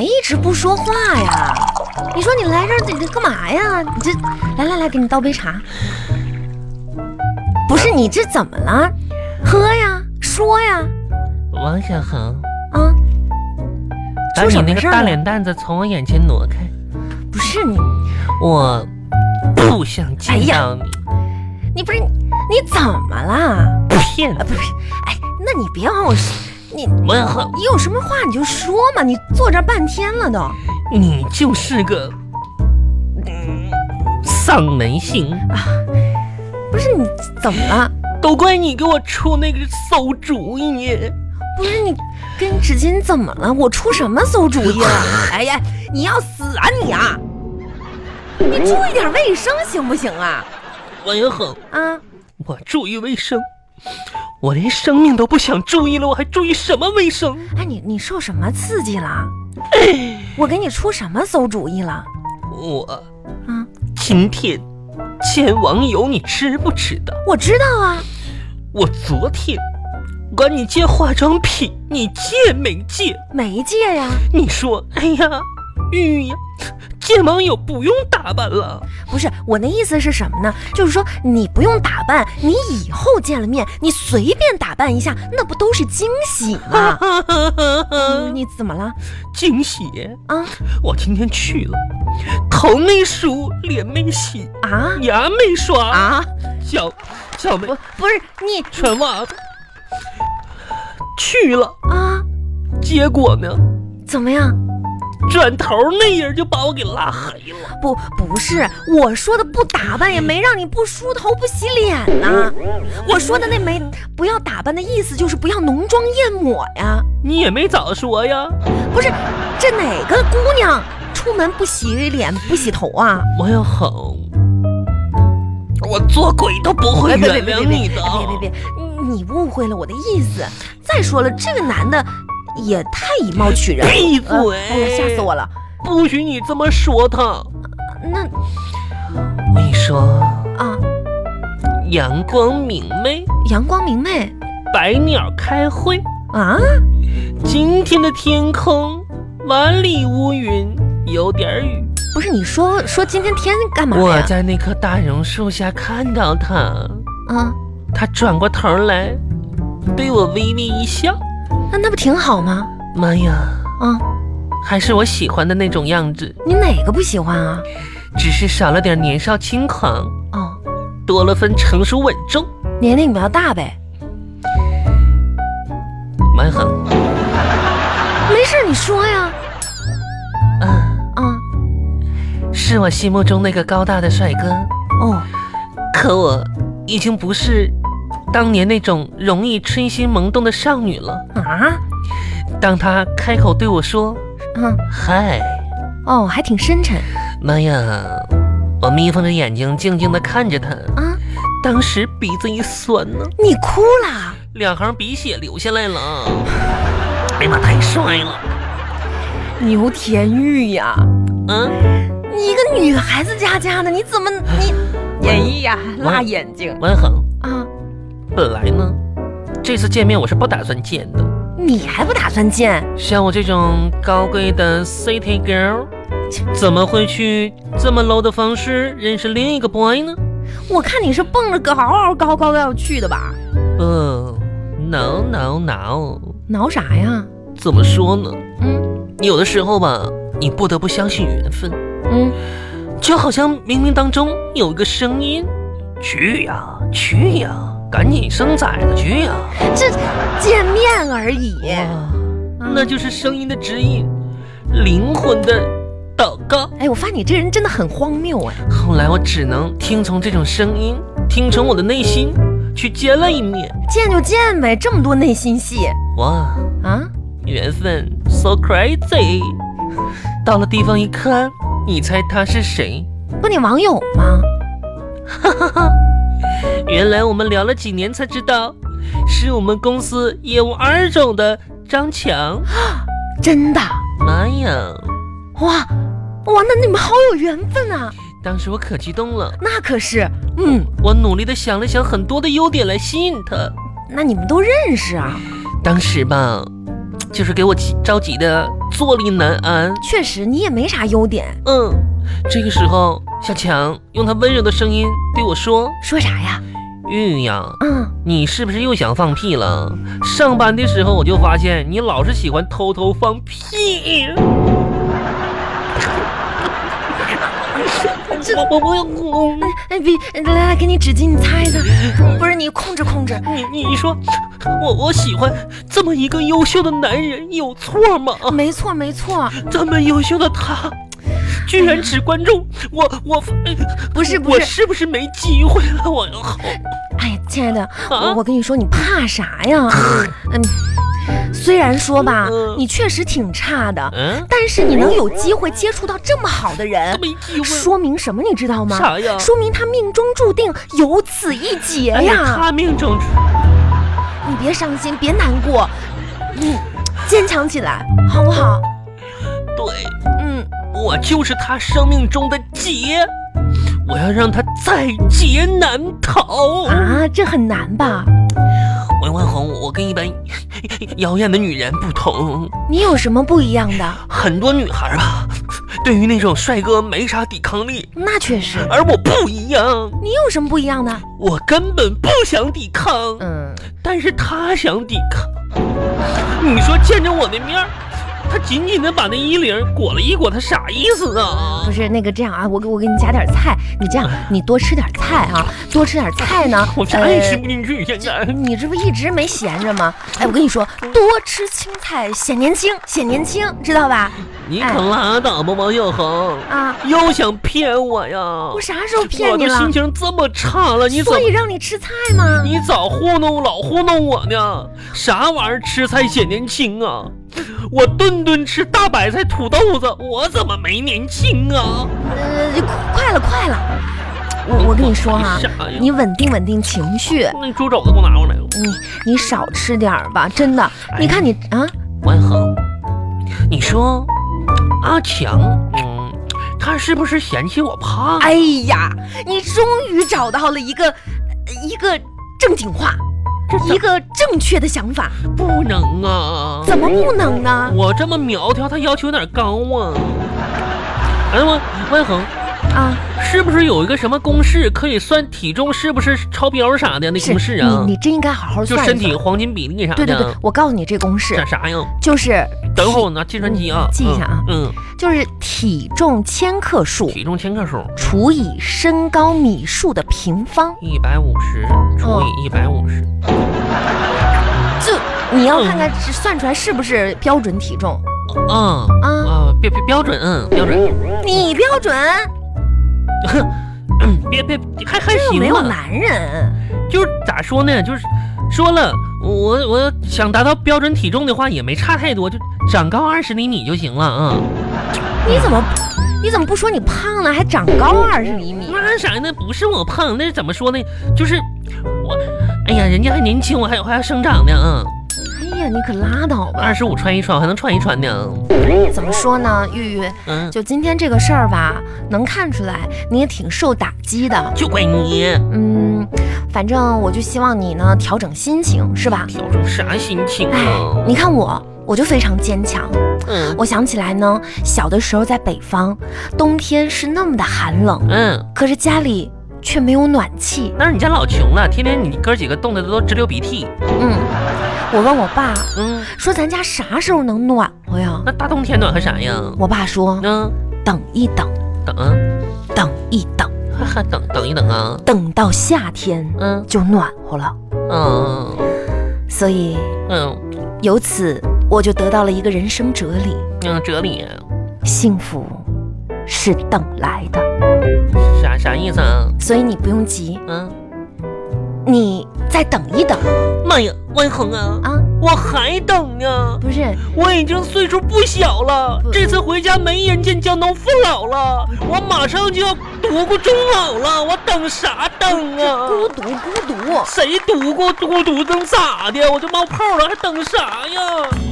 一直不说话呀？你说你来这儿你干嘛呀？你这来来来，给你倒杯茶。不是你这怎么了？喝呀，说呀，王小恒，啊，把出哎你什那么个事大儿了？脸蛋子从我眼前挪开，不是你，我不想哎见呀到你。你不是你怎么了？骗啊，子，不是，哎，那你别往我说，你王小恒，你有什么话你就说嘛，你坐这儿半天了都。你就是个嗯丧门星，不是你怎么了？都怪你给我出那个馊主意。不是你跟纸巾怎么了？我出什么馊主意了？哎呀，你要死啊你啊！你注意点卫生行不行啊？王小恒，啊，我注意卫生，我连生命都不想注意了，我还注意什么卫生？ 哎你你受什么刺激了？我给你出什么馊主意了？我啊，今天见网友，你知不知道？我知道啊，我昨天管你借化妆品，你借没借？没戒呀、你说，哎呀，玉呀，见网友不用打扮了。不是我那意思是什么呢？就是说你不用打扮，你以后见了面，你随便打扮一下，那不都是惊喜 吗？嗯你怎么了？惊喜！啊我今天去了，头没梳，脸没洗，啊牙没刷，啊！脚脚没不不是你穿袜子，去了。啊，结果呢，怎么样？转头那人就把我给拉黑了。不，不是我说的不打扮，也没让你不梳头不洗脸呐、我说的那没不要打扮的意思，就是不要浓妆艳抹呀。你也没早说呀，不是，这哪个姑娘出门不洗脸不洗头啊？我要哄。我做鬼都不会哎别别原别谅别别你的。别别别，你误会了我的意思。再说了，这个男的也太以貌取人了。闭呃嘴哎呀，吓死我了！不许你这么说他。那我跟你说，啊，阳光明媚，阳光明媚百鸟开会。啊，今天的天空万里无云，有点雨。不是你说说今天天干嘛我呀？在那棵大榕树下看到他，啊，他转过头来，对我微微一笑。那那不挺好吗？妈呀，啊，还是我喜欢的那种样子，你哪个不喜欢啊？只是少了点年少轻狂，哦，多了份成熟稳重。年龄比较大呗。蛮好，没事，你说呀。啊，啊，是我心目中那个高大的帅哥，哦，可我已经不是当年那种容易春心萌动的少女了。啊，当他开口对我说嗯， “嗨”，哦，还挺深沉妈呀！我眯缝着眼睛，静静地看着他，啊。当时鼻子一酸呢，你哭啦？两行鼻血流下来了。哎呀妈，太帅了！牛田玉呀，嗯，你一个女孩子家家的，你怎么你演绎呀？辣眼睛王恒，啊！本来呢，这次见面我是不打算见的。你还不打算见？像我这种高贵的 city girl，怎么会去这么 low 的方式认识另一个 boy 呢？我看你是蹦着高高高要去的吧？不、no no no，挠啥呀？怎么说呢？嗯有的时候吧，你不得不相信缘分。嗯，就好像冥冥当中有一个声音：“去呀，去呀，赶紧生崽子去呀这见面而！”已。哦嗯哇，那就是声音的指引，灵魂的祷告。哎，我发现你这人真的很荒谬哎。后来我只能听从这种声音，听从我的内心，去见了一面。见就见呗，这么多内心戏哇，啊！缘分 so crazy！到了地方一看，你猜他是谁？不你网友吗？原来我们聊了几年才知道，是我们公司业务二总的张强。真的妈呀！哇哇，那你们好有缘分啊！当时我可激动了，那可是，嗯，我努力的想了想很多的优点来吸引他。那你们都认识啊？当时吧，就是给我急着急的坐立难安。确实你也没啥优点，嗯，这个时候，小强用他温柔的声音对我说说啥呀？：“玉呀，嗯，你是不是又想放屁了？上班的时候我就发现你老是喜欢偷偷放屁。 我我我要哭！哎，别，来来，给你纸巾，你擦一擦。不是你控制控制，你你你说，我我喜欢这么一个优秀的男人有错吗？没错没错，这么优秀的他，居然只关注我我不是不我是是不是没机会了？我 要好哎，亲爱的，啊我我跟你说，你怕啥 呀？嗯，虽然说吧嗯，你确实挺差的，嗯，但是你能有机会接触到这么好的这人，没机会说明什么？你知道吗？啥呀说明他命中注定有此一劫哎呀！他命中注你别伤心，别难过，你坚强起来，好不好？对。嗯，我就是他生命中的劫，我要让他在劫难逃。啊，这很难吧？王万红，我跟一般妖艳的女人不同，你有什么不一样的？很多女孩吧， 对于那种帅哥没啥抵抗力，那确实，而我不一样，你有什么不一样的？我根本不想抵抗，嗯，但是他想抵抗。你说见着我的面儿，他紧紧的把那衣领裹了一裹，他啥意思啊不？是那个这样啊，我给我给你夹点菜，你这样你多吃点菜啊，多吃点菜 呢，呃我啥也吃不进去，现在。你哎这不一直没闲着吗？哎，我跟你说，多吃青菜显年轻，显年轻，知道吧？你可拉倒吧，王小红啊，又想骗我呀！我啥时候哦我骗你的了心？情这么差了，你怎所以么？让你吃菜吗？你早糊弄老糊弄我呢！啥玩意儿吃菜显年轻啊？我顿顿吃大白菜土豆子，我怎么没年轻啊？呃，快了，快了。我我跟你说哈、你傻哎呀你稳定稳定情绪，那猪肘子给我拿过来！你你少吃点儿吧，真的。哎你看你啊，万恒，你说阿强，嗯，他是不是嫌弃我胖？哎呀，你终于找到了一个呃一个正经话，一个正确的想法，不能啊！怎么不能呢？我这么苗条，他要求有点高啊。哎我万恒，啊，是不是有一个什么公式可以算体重是不是超标啥的那是公式啊你？你真应该好好就算一身算。体嗯黄金比例啥的。对对对，我告诉你这公式算啥呀？就是等会儿我拿计算机啊，嗯记一下啊嗯，嗯就是体重千克数体重千克数，除以身高米数的平方。一百五十除哦以一百五十，就你要看看是算出来是不是标准体重啊啊？啊，标标标准，嗯，标准， 你标准哎嗯别别，还还又行没有吧男人，就是咋说呢？就是说了，我我想达到标准体重的话，也没差太多，就长高二十厘米就行了啊。你怎么你怎么不说你胖呢，还长高二十厘米？那啥，那不是我胖，那怎么说呢？就是我，哎呀，人家还年轻，我还还要生长呢啊！哎呀，你可拉倒吧二！十五穿一穿，我还能穿一穿呢。啊怎么说呢，玉玉？嗯，就今天这个事儿吧，能看出来你也挺受打击的。就怪你嗯，反正我就希望你呢调整心情，是吧？调整啥心情哎啊，？你看我，我就非常坚强。嗯我想起来呢，小的时候在北方，冬天是那么的寒冷，嗯，可是家里却没有暖气。但是你家老穷了，天天你哥几个冻得都直流鼻涕。嗯，我问我爸嗯，说咱家啥时候能暖和呀？那大冬天暖和啥呀？我爸说嗯，等一等，等，啊等一等，哈哈，等等一等啊。等到夏天嗯就暖和了。嗯所以嗯由此我就得到了一个人生哲理：嗯，哲理幸福是等来的。啥啥意思啊？所以你不用急，嗯，你再等一等妈呀，万恒啊，啊！我还等呢。不是，我已经岁数不小了不，这次回家没人见江东父老了，我马上就要独孤终老了，我等啥等孤啊？独孤独。谁独孤孤独能咋的？我就冒泡了，还等啥呀？